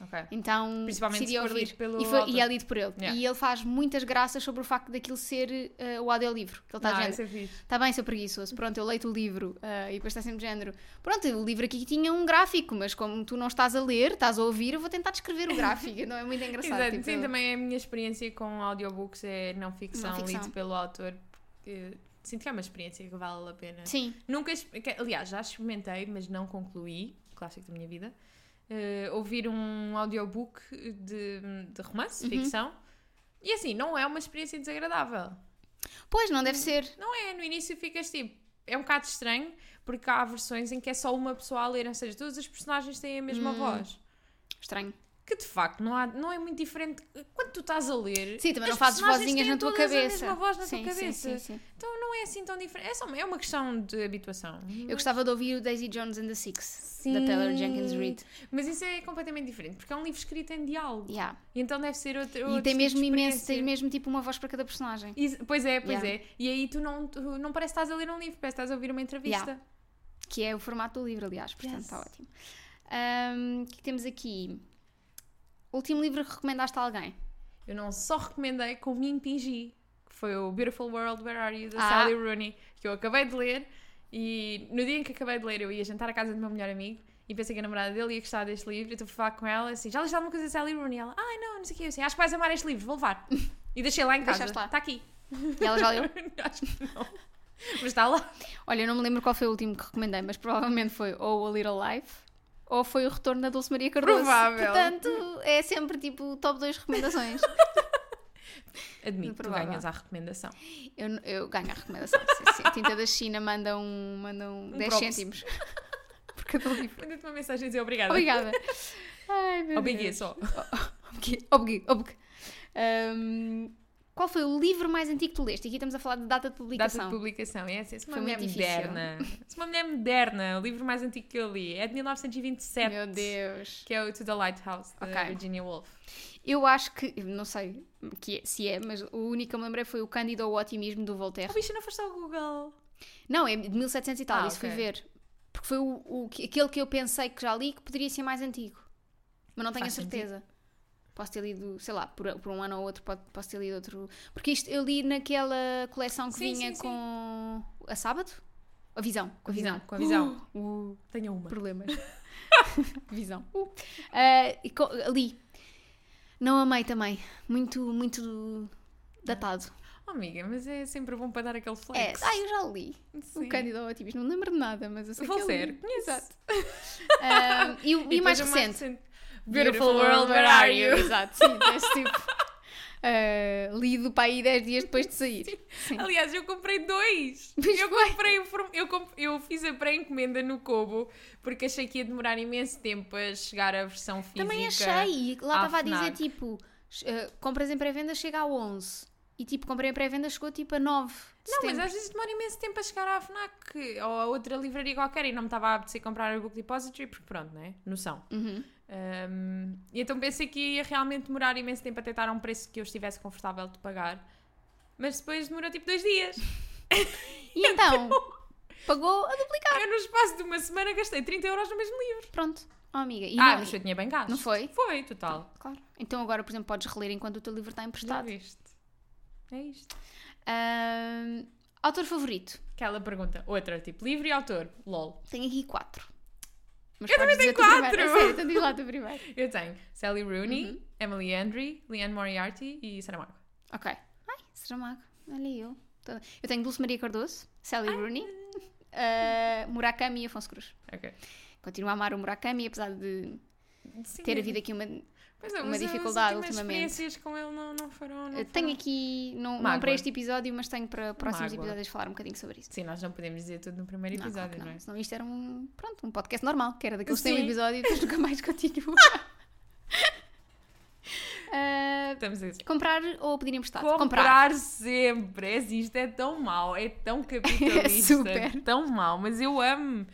B: Ok.
A: Então
B: Principalmente
A: decidi
B: se for
A: ouvir.
B: lido pelo
A: e, foi-
B: autor.
A: e é lido por ele.
B: Yeah.
A: E ele faz muitas graças sobre o facto daquilo ser ah, o audiolivro. Que ele está
B: Ah,
A: a
B: isso é fixe.
A: Está Tá bem, seu preguiçoso. Pronto, eu leio o livro ah, e depois está sempre de género. Pronto, o livro aqui tinha um gráfico, mas como tu não estás a ler, estás a ouvir, eu vou tentar descrever o gráfico. não é muito engraçado.
B: Exato.
A: tipo,
B: Sim,
A: eu-
B: também é a minha experiência com audiobooks é não ficção,
A: Não ficção.
B: lido pelo autor, porque sinto que é uma experiência que vale a pena.
A: Sim,
B: Nunca, ex- que- aliás, já experimentei, mas não concluí, clássico da minha vida, eh, ouvir um audiobook de, de
A: Uhum.
B: romance, ficção. E assim, não é uma experiência desagradável.
A: pois não deve ser.
B: Não é, no início ficas tipo, é um bocado estranho, porque há versões em que é só uma pessoa a ler, ou seja, todas as personagens têm a mesma
A: Hum.
B: voz.
A: Estranho.
B: Que de facto não, há, não é muito diferente quando tu estás a ler.
A: Sim, também
B: as
A: não fazes
B: personagens
A: vozinhas
B: têm
A: na tua
B: todas
A: cabeça.
B: A mesma voz na
A: sim,
B: tua cabeça.
A: Sim, sim, sim.
B: Então não é assim tão diferente. É, só, é uma questão de habituação.
A: Eu gostava de ouvir o Daisy Jones and the Six, da Taylor Jenkins Reid.
B: Mas isso é completamente diferente, porque é um livro escrito em diálogo.
A: Yeah.
B: E então deve ser outro.
A: E tem mesmo imenso, tem mesmo tipo uma voz para cada personagem.
B: pois é, pois
A: Yeah.
B: é. E aí tu não, tu não parece que estás a ler um livro, parece que estás a ouvir uma entrevista.
A: Que é o formato do livro, aliás, portanto
B: Yes.
A: está ótimo. Ahm, O que temos aqui? Último livro que recomendaste a alguém?
B: Eu não só recomendei, como me impingi. Que foi o Beautiful World, Where Are You? da
A: Ah.
B: Sally Rooney, que eu acabei de ler. E no dia em que acabei de ler, eu ia jantar à casa do meu melhor amigo. E pensei que a namorada dele ia gostar deste livro. Então fui falar com ela assim: já leste alguma coisa da Sally Rooney? Ela, ai não, não sei o que. Eu assim, acho que vais amar este livro, vou levar. E deixei lá em casa.
A: Deixaste lá.
B: Está aqui.
A: E ela já leu?
B: Acho que não. Mas está lá.
A: Olha, eu não me lembro qual foi o último que recomendei, mas provavelmente foi ou A Little Life ou foi o retorno da Dulce Maria Cardoso.
B: Provável.
A: Portanto, é sempre tipo top 2 recomendações.
B: Admito, tu
A: Improvável.
B: ganhas à recomendação.
A: eu, eu ganho a recomendação. Sim, sim. Tinta da China manda um, manda um, 10
B: props.
A: cêntimos por cada livro.
B: Mandei-te uma mensagem a dizer obrigada.
A: Obrigada. Ai, meu
B: Obriguei
A: Deus.
B: só.
A: Obgue- obgue- obgue. Ahm, qual foi o livro mais antigo que tu leste? Aqui estamos a falar de data de
B: Data de
A: publicação.
B: publicação. É assim, se uma
A: Foi
B: mulher
A: muito difícil.
B: moderna. Se uma mulher moderna, o livro mais antigo que eu li é de 1927.
A: Meu Deus.
B: Que é o To the Lighthouse, da
A: Ok.
B: Virginia Woolf.
A: Eu acho que, não sei que é- se é, mas o único que eu me lembrei foi o Cândido ao Otimismo do Voltaire.
B: Oh, bicho, não foste ao Google.
A: Não, é de 1700 e tal,
B: Ah,
A: isso
B: ok.
A: fui ver. Porque foi o, o que- aquele que eu pensei que já li que poderia ser mais antigo. Mas não tenho a
B: Faz
A: certeza. Posso ter lido, sei lá, por, por um ano ou outro, pode- posso ter lido outro. Porque isto eu li naquela coleção que
B: Sim,
A: vinha
B: sim, sim.
A: com. A sábado? A visão. Com a visão.
B: Com a visão.
A: Uh,
B: Tenho uma.
A: problemas. visão. Uh. Ah, e co- li. Não amei também. Muito, muito datado.
B: Oh, amiga, mas é sempre bom para dar aquele
A: É,
B: flex.
A: ah, eu já li.
B: Sim.
A: O Cândido ao Otimismo. Não me lembro de nada, mas eu sei que eu li.
B: Valser, conheço.
A: Exato. Ah, e o e o mais
B: depois a
A: recente?
B: Beautiful world, where are you?
A: Exato, sim, desse tipo. Uh, lido para aí 10 dias depois de sair. Sim.
B: Aliás, eu comprei dois.
A: Pois
B: eu
A: foi.
B: comprei, o form- eu, comp- eu fiz a pré-encomenda no Kobo porque achei que ia demorar imenso tempo a chegar a versão física.
A: Também achei, e lá
B: à
A: estava a dizer
B: FNAC.
A: tipo, ch- uh, compras em pré-venda chega a 11. E tipo, comprei em pré-venda chegou tipo a 9. de
B: Não, mas é
A: setembro.
B: às vezes demora imenso tempo a chegar à FNAC ou a outra livraria qualquer e não me estava a apetecer comprar o Book Depository porque pronto, né? Noção.
A: Uhum.
B: Ahm, e então pensei que ia realmente demorar imenso tempo a tentar um preço que eu estivesse confortável de pagar. Mas depois demorou tipo dois dias.
A: E então, pagou a duplicar.
B: Eu no espaço de uma semana gastei 30 euros no mesmo livro.
A: Pronto, oh, amiga. E
B: ah,
A: não-
B: mas foi dinheiro bem gasto.
A: não foi?
B: Foi, total.
A: Claro. Então agora, por exemplo, podes reler enquanto o teu livro está
B: Já
A: emprestado.
B: viste. É isto.
A: Ahm, autor favorito?
B: Aquela pergunta. Outra, tipo, livro e autor. LOL.
A: Tenho aqui 4.
B: Eu também tenho quatro!
A: Então diz lá tu primeiro.
B: Eu tenho Sally Rooney,
A: Uhum.
B: Emily Andre, Leanne Moriarty e Saramago.
A: Ok. Ai, Saramago. Olha eu. Toda- Eu tenho Dulce Maria Cardoso, Sally Rooney, eh, Murakami e Afonso Cruz.
B: Ah, Ok.
A: Continuo a amar o Murakami, apesar de
B: Sim,
A: ter havido aqui uma...
B: pois é,
A: uma
B: mas as
A: dificuldade
B: últimas
A: ultimamente.
B: experiências com ele não, não foram... Não
A: Eu
B: foram.
A: Tenho aqui, não, não
B: Mágoa.
A: para este episódio, mas tenho para próximos
B: Mágoa.
A: episódios falar um bocadinho sobre isso.
B: Sim, nós não podemos dizer tudo no primeiro
A: Não, claro que
B: episódio, não,
A: não.
B: é?
A: Ah, Senão isto era um, pronto, um podcast normal, que era daqueles que têm um
B: Sim.
A: episódio e depois nunca mais continua. Eh,
B: Estamos a dizer.
A: comprar ou pedir emprestado?
B: Comprar, sempre. Esse- Isto é tão mau, é tão capitalista,
A: Super.
B: tão mau, mas eu amo.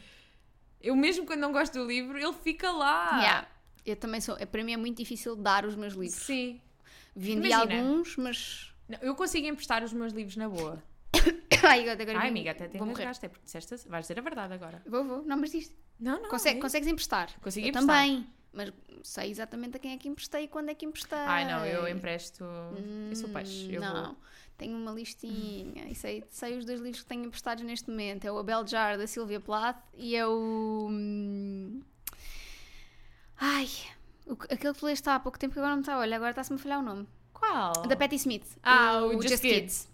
B: Eu mesmo quando não gosto do livro, ele fica lá.
A: Yeah. Eu também sou. Para mim é muito difícil dar os meus livros.
B: Sim.
A: Vendi
B: Imagina.
A: alguns, mas.
B: Não, eu consigo emprestar os meus livros na boa.
A: Ai, agora agora
B: Ai,
A: vim-
B: amiga, até te
A: vou morrer.
B: engasgaste, é porque disseste, a- vais dizer a verdade agora.
A: Vou, vou. Não, mas isto.
B: Não, não.
A: Consegue,
B: é
A: consegues emprestar.
B: isso. Consigo
A: Eu
B: emprestar.
A: também. Mas sei exatamente a quem é que emprestei e quando é que emprestei.
B: Ai, não, eu empresto. eu sou peixe. Eu
A: não,
B: vou.
A: tenho uma listinha e sei, sei os dois livros que tenho emprestados neste momento. É o Abel Jar da Silvia Plath e é o. hum, Ai, o que- aquele que tu leste há pouco tempo que agora não está. Olha, agora está-se-me a falhar o nome.
B: Qual?
A: Da Patti Smith.
B: Ah, Oh. o Just Kids.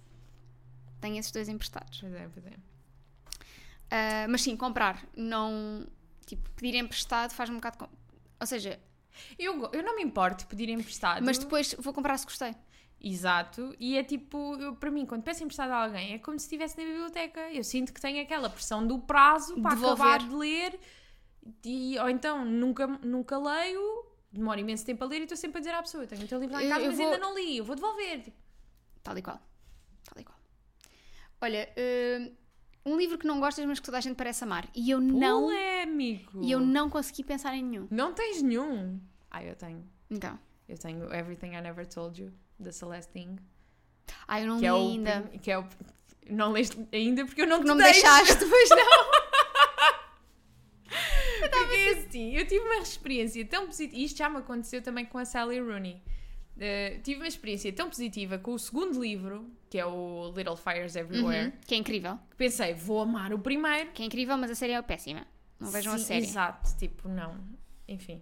A: Tenho esses dois emprestados.
B: Pois é, pois é.
A: Ah, mas sim, comprar. Não. Tipo, pedir emprestado faz-me um bocado. com- Ou seja,
B: Eu, go- eu não me importo de pedir emprestado.
A: mas depois vou comprar se gostei.
B: Exato. E é tipo, eu, para mim, quando peço emprestado a alguém, é como se estivesse na biblioteca. Eu sinto que tenho aquela pressão do prazo para
A: Devolver.
B: acabar de ler. E, ou então nunca, nunca leio, demoro imenso tempo a ler e estou sempre a dizer à pessoa: Eu tenho o teu livro lá em
A: Eu-
B: casa,
A: eu
B: mas
A: vou-
B: ainda não li, eu vou devolver. Tipo,
A: Tal e qual. Tal e qual. Olha, ah, um livro que não gostas, mas que toda a gente parece amar. E eu não.
B: Polémico.
A: E eu não consegui pensar em nenhum.
B: Não tens nenhum. Ah, eu tenho.
A: Então.
B: Eu tenho Everything I Never Told You, da Celestine.
A: Ah, eu não
B: Que
A: li
B: é o.
A: ainda.
B: prim- Que é o... Não leste ainda porque eu não te
A: Não me
B: deixo.
A: deixaste, pois não.
B: Porque é assim, eu tive uma experiência tão positiva, e isto já me aconteceu também com a Sally Rooney. Eh, tive uma experiência tão positiva com o segundo livro, que é o Little Fires Everywhere,
A: Uhum, Que é incrível.
B: que pensei, vou amar o primeiro.
A: Que é incrível, mas a série é péssima. Não vejam a
B: Sim,
A: série.
B: Exato, tipo, não. Enfim.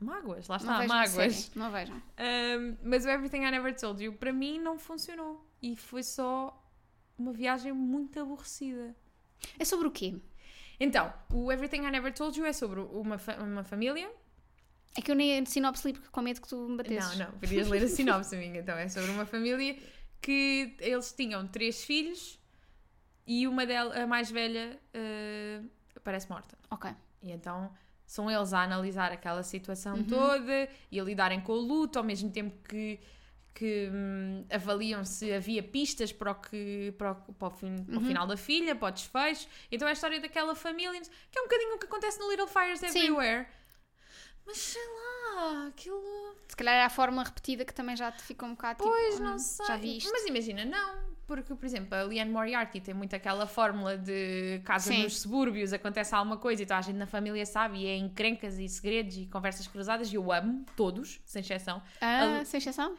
B: Mágoas, lá
A: Não
B: está,
A: vejam a
B: mágoas.
A: série. Não vejam.
B: Ahm, mas o Everything I Never Told You, para mim, não funcionou. E foi só uma viagem muito aborrecida.
A: É sobre o quê?
B: Então, o Everything I Never Told You é sobre uma, fa- uma família.
A: É que eu nem a sinopse li porque com medo que tu me batesses.
B: Não, não, podias ler a sinopse, amiga. Então, é sobre uma família que eles tinham três filhos e uma delas, a mais velha, eh, parece morta.
A: Ok.
B: E então são eles a analisar aquela situação toda e a lidarem com o luto, ao mesmo tempo que, que hum, avaliam se havia pistas para o, que, para o, para o fin- para o final da filha, para o desfecho. Então é a história daquela família, que é um bocadinho o que acontece no Little Fires Everywhere. Mas sei lá, aquilo.
A: Se calhar é a forma repetida que também já te ficou um bocado tipo,
B: Pois,
A: "Ah,
B: não sei.
A: Já vi isto.
B: Mas imagina, não. Porque, por exemplo, a Leanne Moriarty tem muito aquela fórmula de casa
A: Sim.
B: nos subúrbios, acontece alguma coisa e então a gente na família sabe, e é encrencas e segredos e conversas cruzadas, e eu amo todos, sem exceção.
A: Ah, sem exceção?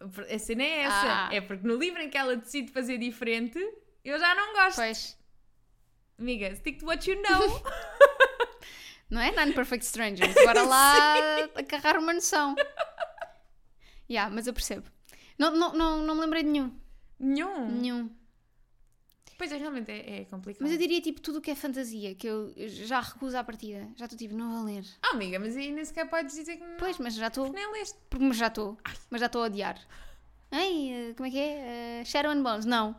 B: A cena é essa,
A: Ah.
B: é porque no livro em que ela decide fazer diferente, eu já não gosto.
A: Pois.
B: Amiga, stick to what you know.
A: Não é? Nine Perfect Strangers. Bora lá agarrar uma noção. Yeah, mas eu percebo. Não, não, não, não me lembrei de nenhum.
B: Nenhum.
A: Nenhum.
B: Pois é, realmente é, é complicado.
A: Mas eu diria tipo tudo o que é fantasia, que eu já recuso à partida. Já estou tipo, não vou ler.
B: Ah, amiga, mas aí nem sequer podes dizer que não,
A: Pois, mas já estou.
B: nem leste.
A: Porque mas já estou. Mas já estou a odiar. Ai, eh, como é que é? Eh, Shadow and Bones. Não.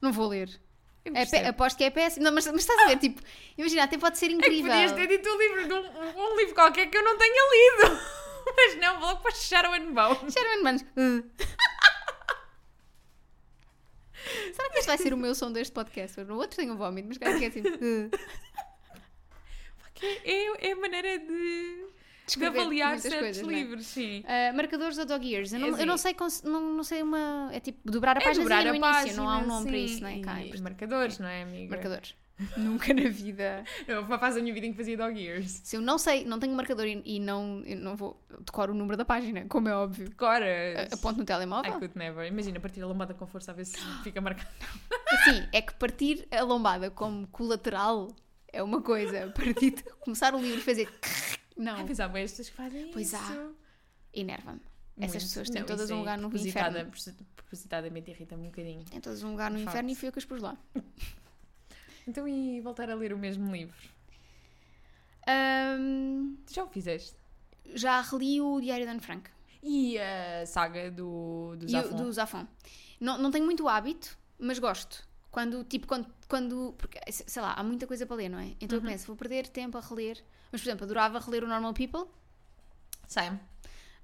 A: Não vou ler.
B: Eu
A: É pé-
B: percebo.
A: aposto que é péssimo. Não, mas, mas estás a ver, tipo, imagina, até pode ser
B: É que
A: incrível.
B: podias ter dito um livro, de um, um- um livro qualquer que eu não tenha lido. Mas não, vou logo para Shadow and Bones.
A: Sharon Manos. Será que este vai ser o meu som deste podcast? No outro tenho um vómito, mas claro que é assim. uh,
B: Porque é, é a maneira de, de
A: descrever
B: avaliar
A: muitas
B: certos
A: coisas, não é?
B: livros, sim.
A: Ah, marcadores ou dog ears. Eu não,
B: É
A: eu
B: assim.
A: não sei, cons- não, não sei uma. É tipo dobrar a
B: É
A: página
B: dobrar
A: no
B: a
A: início.
B: página,
A: não há um nome para
B: sim,
A: isso, não é? Cá,
B: e
A: mas-
B: marcadores, não é, amiga?
A: Marcadores. Nunca na vida.
B: Eu, uma fase da minha vida em que fazia dog ears.
A: Se eu não sei, não tenho marcador e, e não, eu não vou. eu decoro o número da página, como é óbvio.
B: Cora.
A: A- Aponto no telemóvel.
B: I could never. Imagina, partir a lombada com força a ver se fica marcado.
A: Assim, é que partir a lombada como colateral é uma coisa. Partir, começar o livro e fazer. Não,
B: Ai, pois há bué estas que fazem
A: Pois
B: isso.
A: há. enerva-me.
B: Muito.
A: Essas pessoas têm
B: Não,
A: todas
B: isso
A: um
B: aí
A: lugar no
B: propositada-
A: inferno.
B: Propositadamente irrita-me um bocadinho.
A: Têm todas um lugar no
B: De facto.
A: inferno e fui eu que as pus lá.
B: Então, e voltar a ler o mesmo livro?
A: Ahm,
B: Tu já o fizeste?
A: já reli o Diário de Anne Frank
B: E a saga do, do
A: e o-
B: Zafon?
A: do Zafon. Não, não tenho muito hábito, mas gosto. Quando, tipo, quando, quando. Porque, se- sei lá, há muita coisa para ler, não é? Então
B: Uhum.
A: eu penso, vou perder tempo a reler. Mas, por exemplo, adorava reler o Normal People.
B: Sai-me.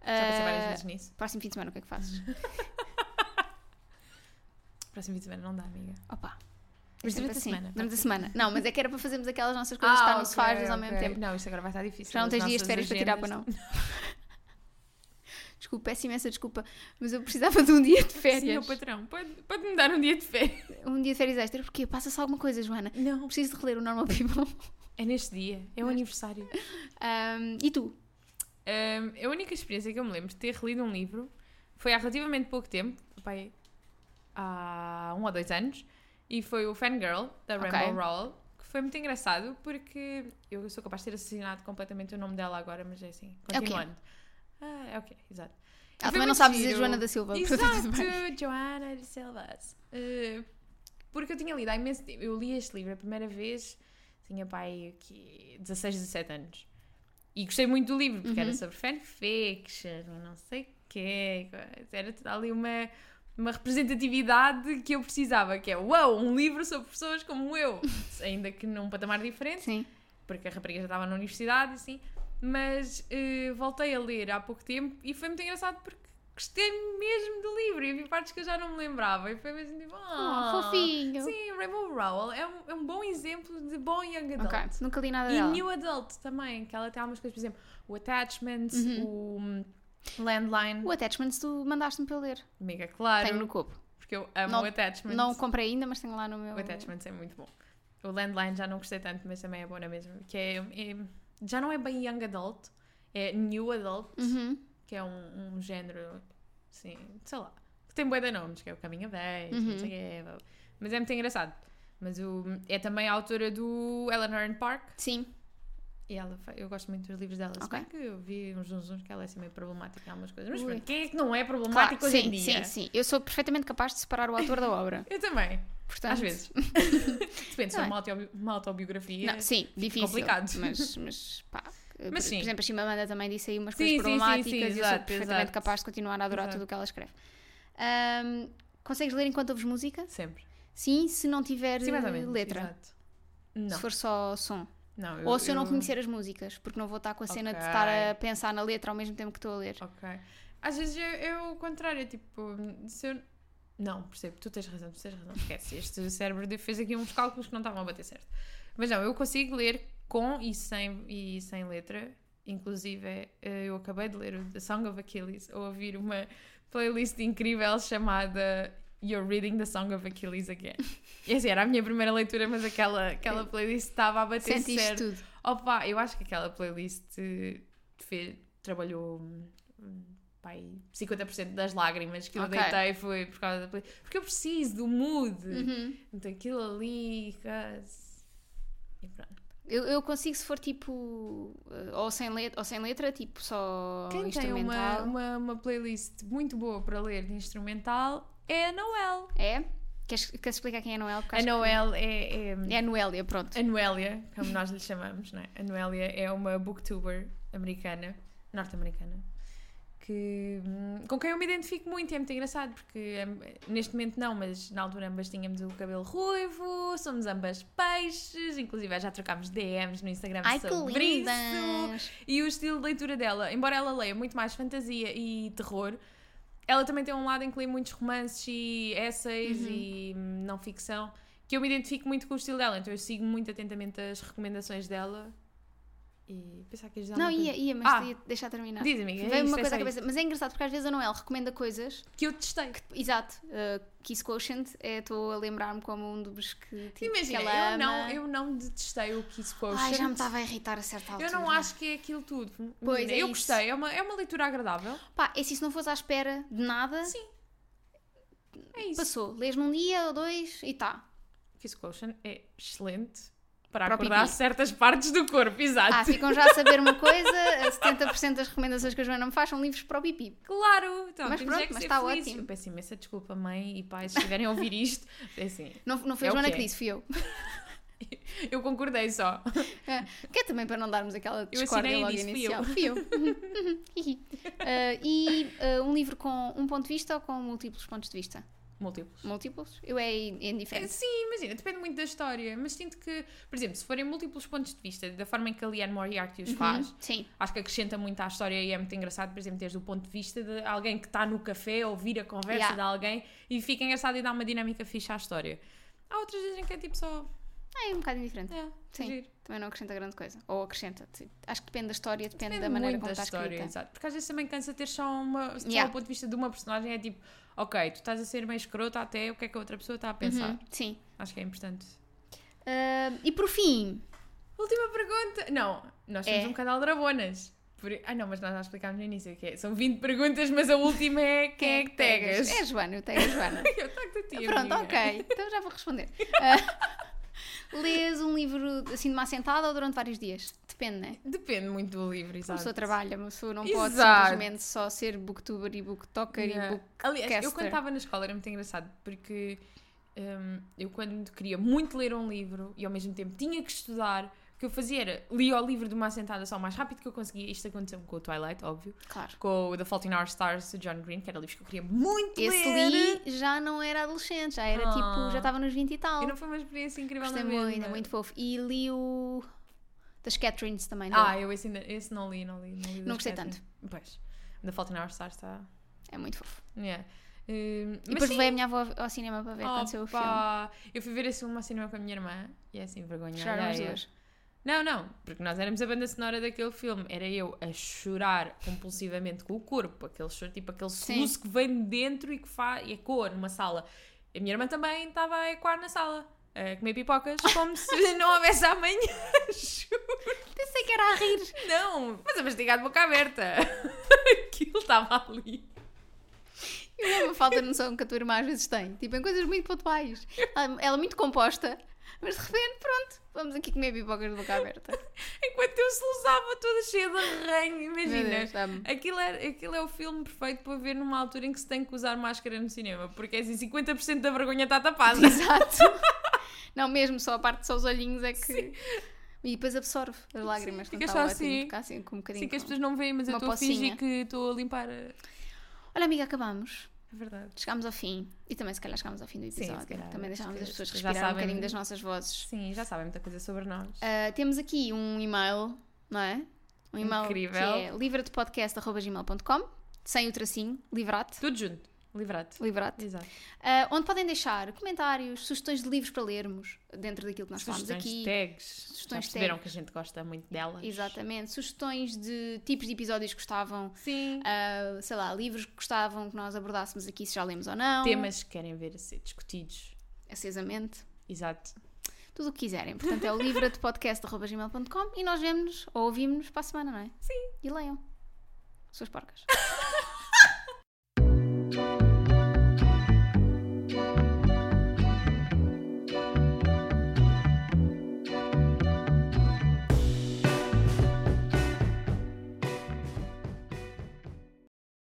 B: Já passei várias
A: Ah,
B: vezes nisso.
A: Próximo fim de semana, o que é que fazes?
B: Próximo fim de semana não dá, amiga.
A: Opa!
B: Mas
A: é sempre
B: durante a semana,
A: Durante a semana. Não, mas é que era para fazermos aquelas nossas coisas de estar no
B: Ah, ok,
A: sofá às vezes ao mesmo
B: ok.
A: tempo.
B: Não, isto agora vai estar difícil.
A: Já não
B: As
A: tens dias de
B: nossas
A: férias para tirar para
B: agendas-
A: não. desculpa, peço imensa desculpa, mas eu precisava de um dia de
B: Sim, meu
A: férias.
B: patrão, pode- pode-me dar um dia de férias.
A: um dia de férias extra, porque passa-se alguma coisa, Joana.
B: Não,
A: Não preciso de reler o Normal People.
B: é neste dia, é o aniversário.
A: Ahm, e tu?
B: Hum, a única experiência que eu me lembro de ter relido um livro foi há relativamente pouco tempo, pai, há um ou dois anos, e foi o Fangirl, da
A: Ok.
B: Rainbow Rowell, que foi muito engraçado porque eu sou capaz de ter assassinado completamente o nome dela agora, mas é assim,
A: É o quê?
B: continuando. Ah, é ok, exato. E
A: Ah,
B: foi
A: também não
B: muito
A: sabes dizer
B: giro.
A: Joana da Silva. portanto, tudo bem.
B: Exato, Joana de Silva. Eh, porque eu tinha lido há imenso tempo. Eu li este livro a primeira vez, tinha pai aqui 16, 17 anos. E gostei muito do livro, porque era sobre fanfiction, não sei o quê. Era toda ali uma, uma representatividade que eu precisava, que é, uau, um livro sobre pessoas como eu. Ainda que num patamar diferente
A: Sim.
B: porque a rapariga já estava na universidade, assim. Mas eh, voltei a ler há pouco tempo e foi muito engraçado porque gostei mesmo do livro e vi partes que eu já não me lembrava. E foi mesmo tipo, ah,
A: Oh, fofinho.
B: Sim, Rainbow Rowell é um, é um bom exemplo de bom young adult.
A: Ok, Ah. nunca li nada
B: E
A: dela.
B: new adult também, que ela tem algumas coisas, por exemplo, o Attachments,
A: Uhum.
B: o hum, Landline.
A: O Attachments tu mandaste-me para eu ler.
B: Amiga, claro,
A: Tenho no cubo.
B: porque eu amo
A: Não-
B: o Attachments.
A: Não o comprei ainda, mas tenho lá no meu.
B: O Attachments é muito bom. O Landline já não gostei tanto, mas também é bom na mesma. Que é, é- já não é bem young adult, é new adult,
A: Uhum.
B: que é um, um género, assim, sei lá, que tem bué de nomes, que é o Caminho 10,
A: Uhum.
B: não sei o quê. blá, blá. Mas é muito engraçado. Mas o, é também a autora do Eleanor and Park.
A: Sim.
B: E ela, fa- eu gosto muito dos livros dela. Se
A: Ok.
B: bem que eu vi uns uns uns que ela é assim meio problemática em algumas coisas. Mas
A: Ui.
B: pronto, quem é que não é
A: Claro,
B: problemático hoje
A: sim,
B: em dia?
A: sim, sim. Eu sou perfeitamente capaz de separar o autor da obra.
B: Eu também,
A: Portanto,
B: às vezes. Depende
A: Tá
B: se é
A: bem.
B: uma, autobi- uma autobiografia.
A: Não, sim, difícil.
B: é complicado.
A: Mas, mas pá. por,
B: sim.
A: por exemplo, a Chimamanda também disse aí umas
B: Sim,
A: coisas
B: sim, sim,
A: problemáticas
B: sim,
A: e eu sou
B: exato,
A: perfeitamente
B: exato.
A: capaz de continuar a adorar
B: Exato.
A: tudo o que ela escreve. Ahm, consegues ler enquanto ouves música?
B: Sempre.
A: Sim, se não tiver
B: Sim, mais ou
A: eh,
B: menos.
A: letra.
B: exato. Não.
A: Se for só som.
B: não
A: Ou se eu não conhecer as músicas, porque não vou estar com a cena de
B: Ok.
A: estar a pensar na letra ao mesmo tempo que estou a ler.
B: Ok. Às vezes eu, eu o contrário, tipo, se eu. Não, percebo, tu tens razão, tu tens razão, esquece. Este cérebro de- fez aqui uns cálculos que não estavam a bater certo. Mas não, eu consigo ler com e sem, e sem letra. Inclusive, eh, eu acabei de ler o The Song of Achilles, a ouvir uma playlist incrível chamada You're reading the Song of Achilles again. E assim, era a minha primeira leitura, mas aquela, aquela playlist estava a bater
A: Sentiste
B: certo.
A: tudo.
B: Opa, eu acho que aquela playlist eh, fez, trabalhou hum, pai, 50% das lágrimas que eu
A: Ok.
B: deitei foi por causa da playlist. Porque eu preciso do mood,
A: Uhum.
B: daquilo ali. cas- E pronto.
A: Eu, eu consigo se for tipo. eh, Ou sem letra, ou sem letra tipo só
B: Quem tem uma,
A: instrumental.
B: uma, uma playlist muito boa para ler de instrumental é a Noel.
A: É? Queres, queres explicar quem é Noel? Porque
B: A
A: acho que-
B: Noel é, é,
A: É a Noélia, pronto.
B: A Noélia, como nós lhe chamamos, não é? A Noélia é uma booktuber americana, norte-americana, que, hum, com quem eu me identifico muito, é muito engraçado, porque hum, neste momento não, mas na altura ambas tínhamos o cabelo ruivo, somos ambas peixes, inclusive já trocámos DMs no Instagram
A: Ai que
B: sobre isso.
A: lindas!
B: E o estilo de leitura dela, embora ela leia muito mais fantasia e terror, ela também tem um lado em que lê muitos romances e essays
A: Uhum.
B: e hum, não ficção, que eu me identifico muito com o estilo dela, então eu sigo muito atentamente as recomendações dela e pensar que ia dizer
A: Não,
B: alguma
A: ia,
B: coisa.
A: ia, mas
B: Ah.
A: ia deixar terminar.
B: Diz, amiga, é
A: Veio
B: isto,
A: uma
B: é
A: coisa
B: só
A: à cabeça. Mas é engraçado porque às vezes a Noel recomenda coisas.
B: isto. que eu testei.
A: Exato. Uh, Kiss Quotient, eh, estou a lembrar-me como um dos que, tipo,
B: Imagina,
A: que ela
B: eu não,
A: ama.
B: eu não detestei o Kiss Quotient.
A: Ai, já me estava a irritar a certa altura.
B: Eu não acho que é aquilo tudo. Imagina,
A: Pois, é
B: eu
A: isso.
B: gostei, é uma, é uma leitura agradável.
A: Pá, é se isso não fosse à espera de nada,
B: Sim, É isso.
A: passou. Lês num dia ou dois e tá.
B: Kiss Quotient é excelente para
A: Para o
B: acordar
A: pipi.
B: certas partes do corpo, exato.
A: Ah, ficam já a saber uma coisa, 70% das recomendações que a Joana me faz são livros para o pipi.
B: Claro, então
A: Mas
B: temos é
A: pronto,
B: que
A: mas
B: ser
A: tá
B: felizes.
A: ótimo.
B: Eu peço imensa desculpa, mãe e pai, se estiverem a ouvir isto. É assim,
A: Não, não foi
B: É
A: a
B: o
A: Joana
B: que
A: que
B: é.
A: disse, fui eu.
B: eu concordei só.
A: Que é também para não darmos aquela discórdia
B: assinei e
A: logo
B: disse, fui
A: inicial. Fui eu. Ah, e ah, um livro com um ponto de vista ou com múltiplos pontos de vista?
B: Múltiplos.
A: Múltiplos? Eu é
B: É,
A: indiferente.
B: sim, imagina, depende muito da história, mas sinto que, por exemplo, se forem múltiplos pontos de vista, da forma em que a Liane Moriarty os faz,
A: Uhum, Sim.
B: acho que acrescenta muito à história e é muito engraçado, por exemplo, teres o ponto de vista de alguém que está no café a ouvir a conversa
A: Yeah.
B: de alguém e fica engraçado e dá uma dinâmica fixa à história. Há outras vezes em que é tipo só.
A: Ah, É um bocado indiferente.
B: É,
A: Sim.
B: giro.
A: Também não acrescenta grande coisa. Ou acrescenta. sim. Acho que depende da história, depende,
B: Depende
A: da maneira
B: muito
A: como está escrita.
B: exato. Porque às vezes também cansa ter só uma. Só
A: Yeah.
B: o ponto de vista de uma personagem é tipo, ok, tu estás a ser meio escrota até o que é que a outra pessoa está a pensar.
A: Uhum, sim.
B: Acho que é importante.
A: Ah, e por fim,
B: Última pergunta. Não, nós temos
A: É.
B: um canal de drabonas. Por... Ah, não, mas nós já explicámos no início o que é. São 20 perguntas, mas a última é quem é que tegas?
A: É a Joana, eu tego a Joana.
B: Eu taco a ti,
A: Pronto,
B: amiga.
A: ok. Então já vou responder. Ah, lês um livro assim de uma assentada ou durante vários dias? Depende, né?
B: Depende muito do livro,
A: Uma
B: exato.
A: pessoa trabalha, uma pessoa não pode
B: Exato.
A: simplesmente só ser booktuber e booktoker e
B: Yeah.
A: book.
B: Aliás, eu
A: caster.
B: quando estava na escola era muito engraçado porque hum, eu quando queria muito ler um livro e ao mesmo tempo tinha que estudar, o que eu fazia era lia o livro de uma assentada só o mais rápido que eu conseguia. Isto aconteceu com o Twilight, óbvio,
A: Claro.
B: com o The Fault in Our Stars de John Green, que era livros que eu queria muito
A: Esse
B: ler.
A: li já não era adolescente, já era
B: Ah.
A: tipo, já estava nos 20 e tal.
B: E não foi né? uma experiência incrível
A: Gostei
B: na mesma.
A: muito, é muito fofo. E li o das Catherines também. né? dele.
B: Ah, eu esse, ainda- esse não li, não li. Não, li
A: Não
B: das
A: gostei
B: Catherine. Pois, The Fault in Our Stars está...
A: É muito fofo.
B: Yeah. Hum,
A: E depois levei a minha avó ao cinema para ver quando saiu o filme.
B: Opa! Eu fui ver esse filme ao cinema com a minha irmã e é assim, vergonha.
A: Choraram as
B: alheia.
A: duas.
B: Não, não, porque nós éramos a banda sonora daquele filme. Era eu a chorar compulsivamente com o corpo, aquele choro, tipo aquele
A: Sim.
B: soluço que vem de dentro e que faz, e ecoa numa sala. A minha irmã também estava a ecoar na sala, a comer pipocas, como se não houvesse amanhã.
A: Pensei que era a rir.
B: não, mas a mastigar de boca aberta. Aquilo estava ali.
A: Eu amo a falta de noção que a tua irmã às vezes tem. Tipo, em coisas muito pontuais. Ela, ela é muito composta, mas de repente, pronto, vamos aqui comer pipocas de boca aberta.
B: Enquanto eu soluçava toda cheia de arranho,
A: Meu
B: imagina.
A: Deus, amo.
B: Aquilo é, aquilo é o filme perfeito para ver numa altura em que se tem que usar máscara no cinema, porque é assim, 50% da vergonha está tapada.
A: um
B: Assim
A: Exato. Não, mesmo, só a parte, só os olhinhos é que. E depois absorve as lágrimas.
B: fica
A: não
B: só
A: tá ótimo,
B: assim.
A: fica assim com um bocadinho.
B: Assim que as
A: com-
B: pessoas não veem, mas eu
A: Uma
B: estou a fingir
A: pocinha.
B: que estou a limpar. a- É
A: Olha, amiga, acabamos.
B: verdade.
A: Chegámos ao fim. E também, se calhar, chegámos ao fim do
B: Sim,
A: episódio.
B: se calhar.
A: também deixámos
B: Acho
A: as
B: que
A: pessoas
B: já
A: respirar um
B: sabem.
A: bocadinho das nossas vozes.
B: Sim, já sabem muita coisa sobre nós.
A: Ah, temos aqui um e-mail, não é? Um e-mail
B: Incrível.
A: que é livradepodcast.gmail.com sem o tracinho, livrate.
B: Tudo junto. Livrato.
A: Livrate.
B: Exato.
A: Ah, onde podem deixar comentários, sugestões de livros para lermos dentro daquilo que nós falamos
B: Sugestões
A: aqui.
B: de tags.
A: sugestões
B: Já perceberam
A: tags.
B: que a gente gosta muito delas.
A: Exatamente. Sugestões de tipos de episódios que gostavam,
B: Sim.
A: ah, sei lá, livros que gostavam que nós abordássemos aqui, se já lemos ou não.
B: Temas que querem ver a ser discutidos.
A: Acesamente.
B: Exato.
A: Tudo o que quiserem. Portanto, é o livratepodcast.gmail.com e nós vemos-nos ou ouvimos-nos para a semana, não é? Sim. E leiam. Suas porcas.